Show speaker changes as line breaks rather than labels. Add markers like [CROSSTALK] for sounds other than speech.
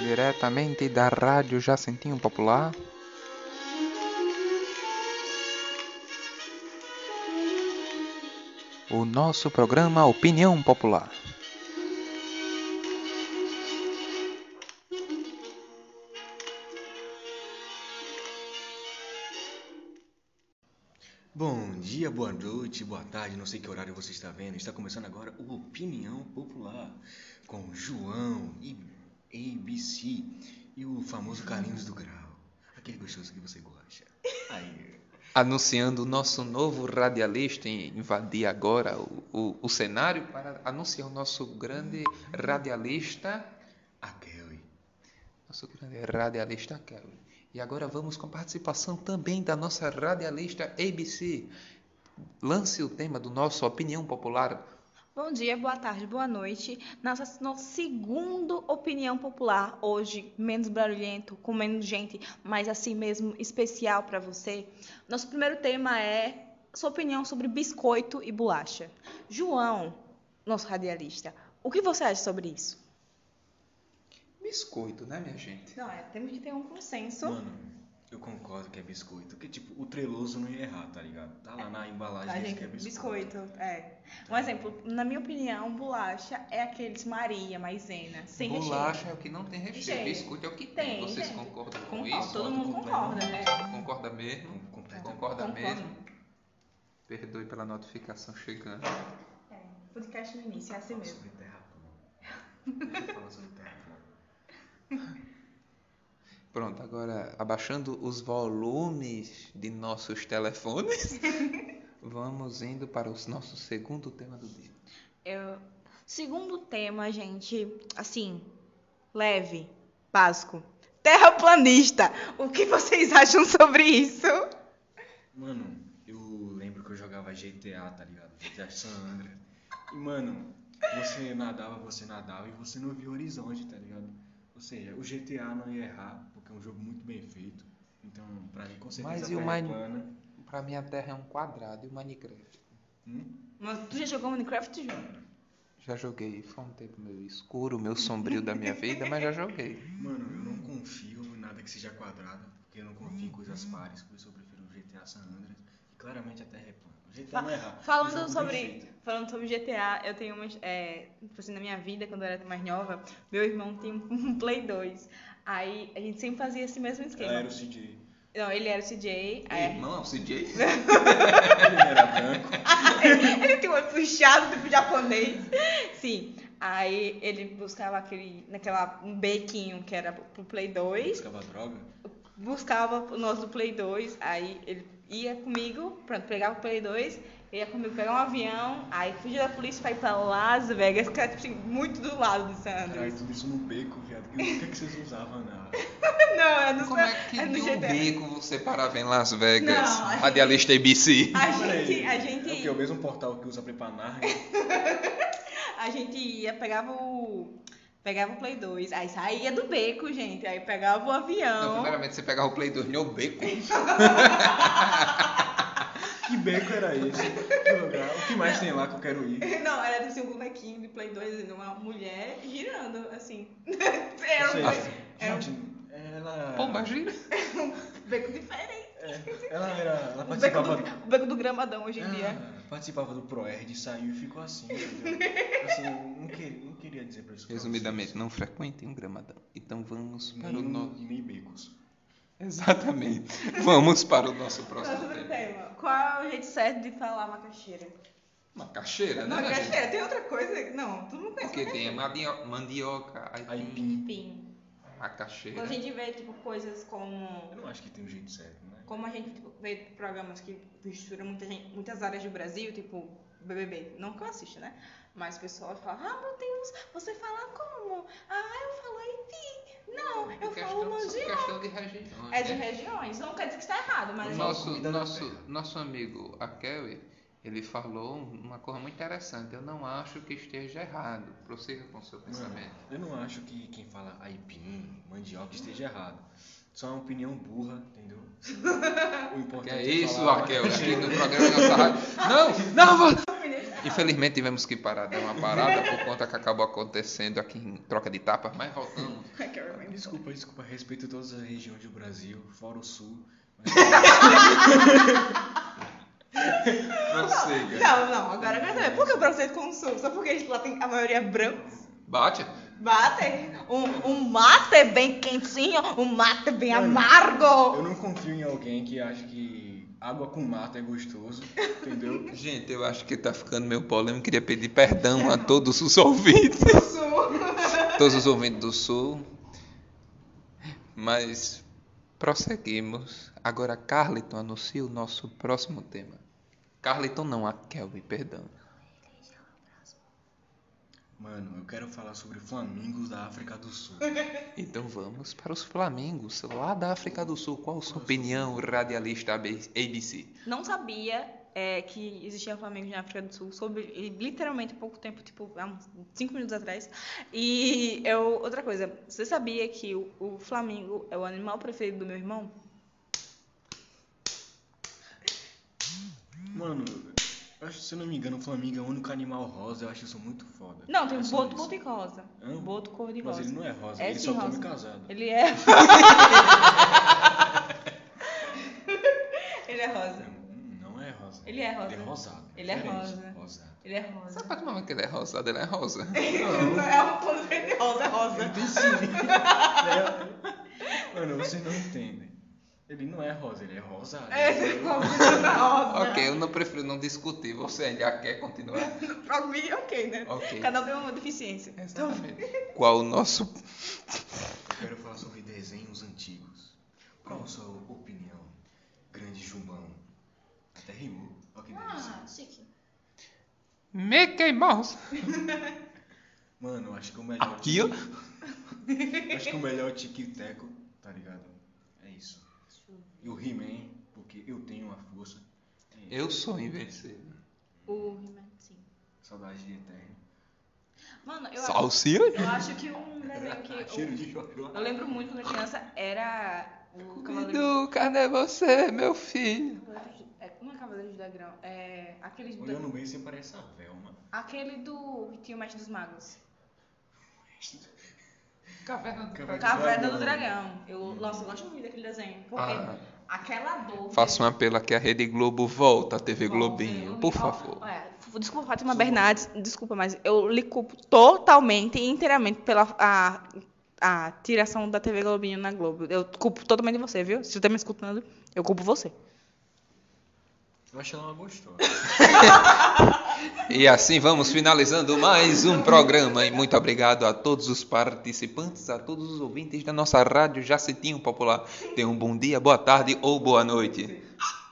diretamente da Rádio Jacentinho Popular. O nosso programa Opinião Popular.
Bom dia, boa noite, boa tarde, não sei que horário você está vendo. Está começando agora o Opinião Popular com João e ABC e o famoso Carlinhos do Grau. Aquele gostoso que você
[LAUGHS]
gosta. Aí.
Anunciando o nosso novo radialista em invadir agora o, o, o cenário para anunciar o nosso grande radialista,
A Kelly.
nosso grande radialista Kelly. E agora vamos com a participação também da nossa radialista ABC. Lance o tema do nosso Opinião Popular.
Bom dia, boa tarde, boa noite. Nossa, nosso segundo opinião popular hoje, menos barulhento, com menos gente, mas assim mesmo especial para você. Nosso primeiro tema é sua opinião sobre biscoito e bolacha. João, nosso radialista, o que você acha sobre isso?
Biscoito, né, minha gente?
Não, é, temos que ter um consenso.
Mano, eu concordo que é biscoito. Porque, tipo, o treloso não ia errar, tá ligado? Tá lá na embalagem
A
diz
gente,
que é
biscoito, é. Um exemplo, na minha opinião, bolacha é aqueles Maria, maisena, sem
Bolacha
recheio.
é o que não tem recheio.
Recheio.
Biscoito é o que tem.
Tem,
Vocês
tem.
concordam com
Concordo,
isso?
todo mundo concorda, né?
Concorda
É,
mesmo?
Completo.
Concorda
É, Concordo.
mesmo? Perdoe pela notificação chegando.
É, podcast no início, é assim
Fala
mesmo.
sobre terraplano.
[LAUGHS]
Deixa eu falar sobre terraplano.
Pronto, agora abaixando os volumes de nossos
[LAUGHS]
telefones, vamos indo para o nosso segundo tema do dia.
Eu- É, Segundo tema, gente, assim, leve, básico. Terraplanista. O que vocês acham sobre isso?
Mano, eu lembro que eu jogava GTA, tá ligado? GTA San Andreas. E, mano, você nadava, você nadava e você não via o horizonte, tá ligado? Ou seja, o GTA não ia errar, porque é um jogo muito bem feito. Então, pra mim, com certeza,
Mas e o
terra
Mine-
plana.
Para mim a Terra é um quadrado e o Minecraft.
Hum?
Mas tu já jogou Minecraft, João?
Já joguei, foi um tempo meu escuro, meu sombrio da minha vida, mas já joguei.
[LAUGHS]
Mano, eu não confio em nada que seja quadrado, porque eu não confio em coisas pares, por isso eu prefiro o GTA San Andreas. E claramente a Terra é plana. O GTA não ia errar. Um jogo
Falando
bem
sobre,
feito.
falando sobre GTA, eu tenho umas. É, tipo assim, na minha vida, quando eu era mais nova, meu irmão tinha um [LAUGHS] Play 2. Aí a gente sempre fazia esse mesmo esquema.
Ela Ah, era o CJ.
Não, ele era o CJ.
Ei,
Aí...
Irmão, é o
[LAUGHS]
CJ?
Ele era branco.
ele tem um olho puxado, tipo japonês. Sim. Aí ele buscava aquele, naquela, um bequinho que era pro Play 2.
Buscava droga.
Buscava nós do Play 2. Aí ele ia comigo, pronto, pegava o Play 2. Ia comigo pegar um avião. Aí fugia da polícia pra ir pra Las Vegas, que era tipo, assim, muito do lado de San
Caralho,
Andreas.
tudo isso no beco, viado. Que- O que, que vocês usavam né? na.
Não, é no
Como é que
é no
de um
GTA.
beco você parava em Las Vegas?
Não, a
Radialista ABC.
A
Peraí,
gente, a
É o, quê? o
gente,
mesmo portal que usa pra ir pra Narnia.
a gente ia, pegava o. Pegava o Play 2, aí saía do beco, gente. Aí pegava o
Não,
avião.
primeiramente você pegava o Play 2 no beco.
Que beco era esse? Que lugar? O que mais tem lá que eu quero ir?
[LAUGHS] Não, era assim, um bonequinho de Play 2, uma mulher girando, assim. [LAUGHS]
Não
Era
sei. Ah,
um, era
Gente, ela.
Pomba gira.
um beco diferente.
é, Ela era. Ela
O beco,
tipo,
participava.
do, o [LAUGHS] beco do gramadão hoje em dia.
Ah, participava do ProErd, saiu e ficou assim, entendeu? Assim, eu não, que- não queria dizer pra isso.
Resumidamente, não frequentem um gramadão. Então vamos para o
nem,
nosso.
nem becos.
Exatamente. Vamos para o nosso próximo
Outro
tema.
tema. Qual é o jeito certo de falar macaxeira?
Macaxeira, né? gente?
Macaxeira, tem outra coisa? Não, todo mundo conhece
Porque tem
macaxeira.
mandio- mandioca, aipim,
Aipim.
Enfim, quando
macaxeira.
a gente vê, tipo, coisas como...
Eu não acho que tem um jeito certo, né?
Como a gente tipo, vê programas que misturam muita gente- muitas áreas do Brasil, tipo BBB, não que eu assista, né? Mas o pessoal fala, ah, meu Deus, você fala como? Ah, eu falo Haiti. Não, eu falo
de...
Mandião.
questão de região.
É de
né?
regiões, não quer dizer que está errado, mas...
O
gente,
nosso,
Comida da
nosso,
terra.
nosso amigo, a Kelly, ele falou uma coisa muito interessante. Eu não acho que esteja errado. Prossiga com o seu
Mano,
pensamento.
eu não acho que quem fala aipim, mandioca esteja errado. Só é uma opinião burra, entendeu? O
Que
importante
é isso,
falar-
tá
[LAUGHS] Raquel? Aqui no programa da nossa rádio. Não, não, vo- Infelizmente tivemos que parar, dar uma parada por conta que acabou acontecendo aqui em troca de tapas, mas voltamos.
Desculpa, desculpa, respeito todas as regiões do Brasil, fora o sul. Prossiga.
Não, não, agora eu quero Por que o preconceito com o sul? Só porque tipo, lá tem a maioria brancos.
Bate?
Bate. Um, um mate bem quentinho, um mate bem amargo.
Eu não confio em alguém que acha que água com mata é gostoso, entendeu?
Gente, eu acho que tá ficando meio polêmico. Queria pedir perdão a todos os ouvintes. Todos os ouvintes do Sul. Mas prosseguimos. Agora, Carleton anuncia o nosso próximo tema. Carleton não, a Kelvin, perdão.
Mano, eu quero falar sobre flamingos da África do Sul.
Então vamos para os Flamengos, lá da África do Sul. Qual a sua opinião, radialista AB- ABC?
Não sabia é, que existia Flamengo na África do Sul, soube e, literalmente há pouco tempo, tipo, há uns 5 minutos atrás. E eu, outra coisa, você sabia que o, o Flamengo é o animal preferido do meu irmão?
Mano, eu acho, se eu não me engano, o flamingo é o único animal rosa, eu acho isso muito foda.
Não, tem
É
um
só
boto,
isso.
boto e rosa.
Hã?
Boto cor de rosa.
Mas ele não é rosa,
É
ele
sim
só
rosa.
come casado.
Ele é. [LAUGHS] ele é rosa.
Hum, Não é rosa.
Ele é rosa.
Ele é rosado.
Ele é
diferente.
rosa.
Rosado.
Ele é rosa.
Sabe pra que momento que ele é rosado? Ele é rosa.
[LAUGHS] é um ponto de rosa, é rosa.
Mano, vocês não entendem. Ele não é rosa, ele é rosado.
É, rosa.
ok, eu não prefiro não discutir. Você ainda quer continuar?
Pra mim, ok, né?
Ok.
Cada um tem uma deficiência.
Exatamente. Qual o nosso.
Eu quero falar sobre desenhos antigos. Qual a sua opinião? Grande Jumão. Até rimou. Olha que
Ah.
delícia.
chique.
Mickey Mouse!
Mano, eu acho que o melhor.
Aqui, ó.
Eu Acho que o melhor é o Tiquiteco, tá ligado? É isso. E o He-Man, porque eu tenho a força. É isso.
Eu sou invencível.
O He-Man, sim.
Saudade de Eterno.
Mano, eu acho,
Salsicha?
eu acho que um desenho
Ah,
que.
Cheiro
Eu,
de chororó.
eu lembro muito quando criança era é o Cavaleiro.
Edu, cadê né, você, meu filho?
É, não é Cavaleiro de Dragão, é aquele, do-
Olhando bem, você parece a Velma.
aquele do que tinha o Mestre dos Magos.
Caverna do
Caverna-
Caverna é do Dragão. Eu, nossa, eu gosto muito daquele desenho. Porque
né? Uhum. Ah.
aquela dor.
Faço um apelo aqui à Rede Globo. Volta, TV
Bom,
Globinho, por
ó,
favor.
é, f- desculpa, Fátima Bernardes, desculpa, mas eu lhe culpo totalmente e inteiramente pela a, a tiração da TV Globinho na Globo. Eu culpo totalmente você, viu? Se você tá me escutando, eu culpo você.
Eu acho ela uma gostosa.
E assim vamos finalizando mais um programa. E muito obrigado a todos os participantes, a todos os ouvintes da nossa rádio Jacitinho Popular. Tenham um bom dia, boa tarde ou boa noite.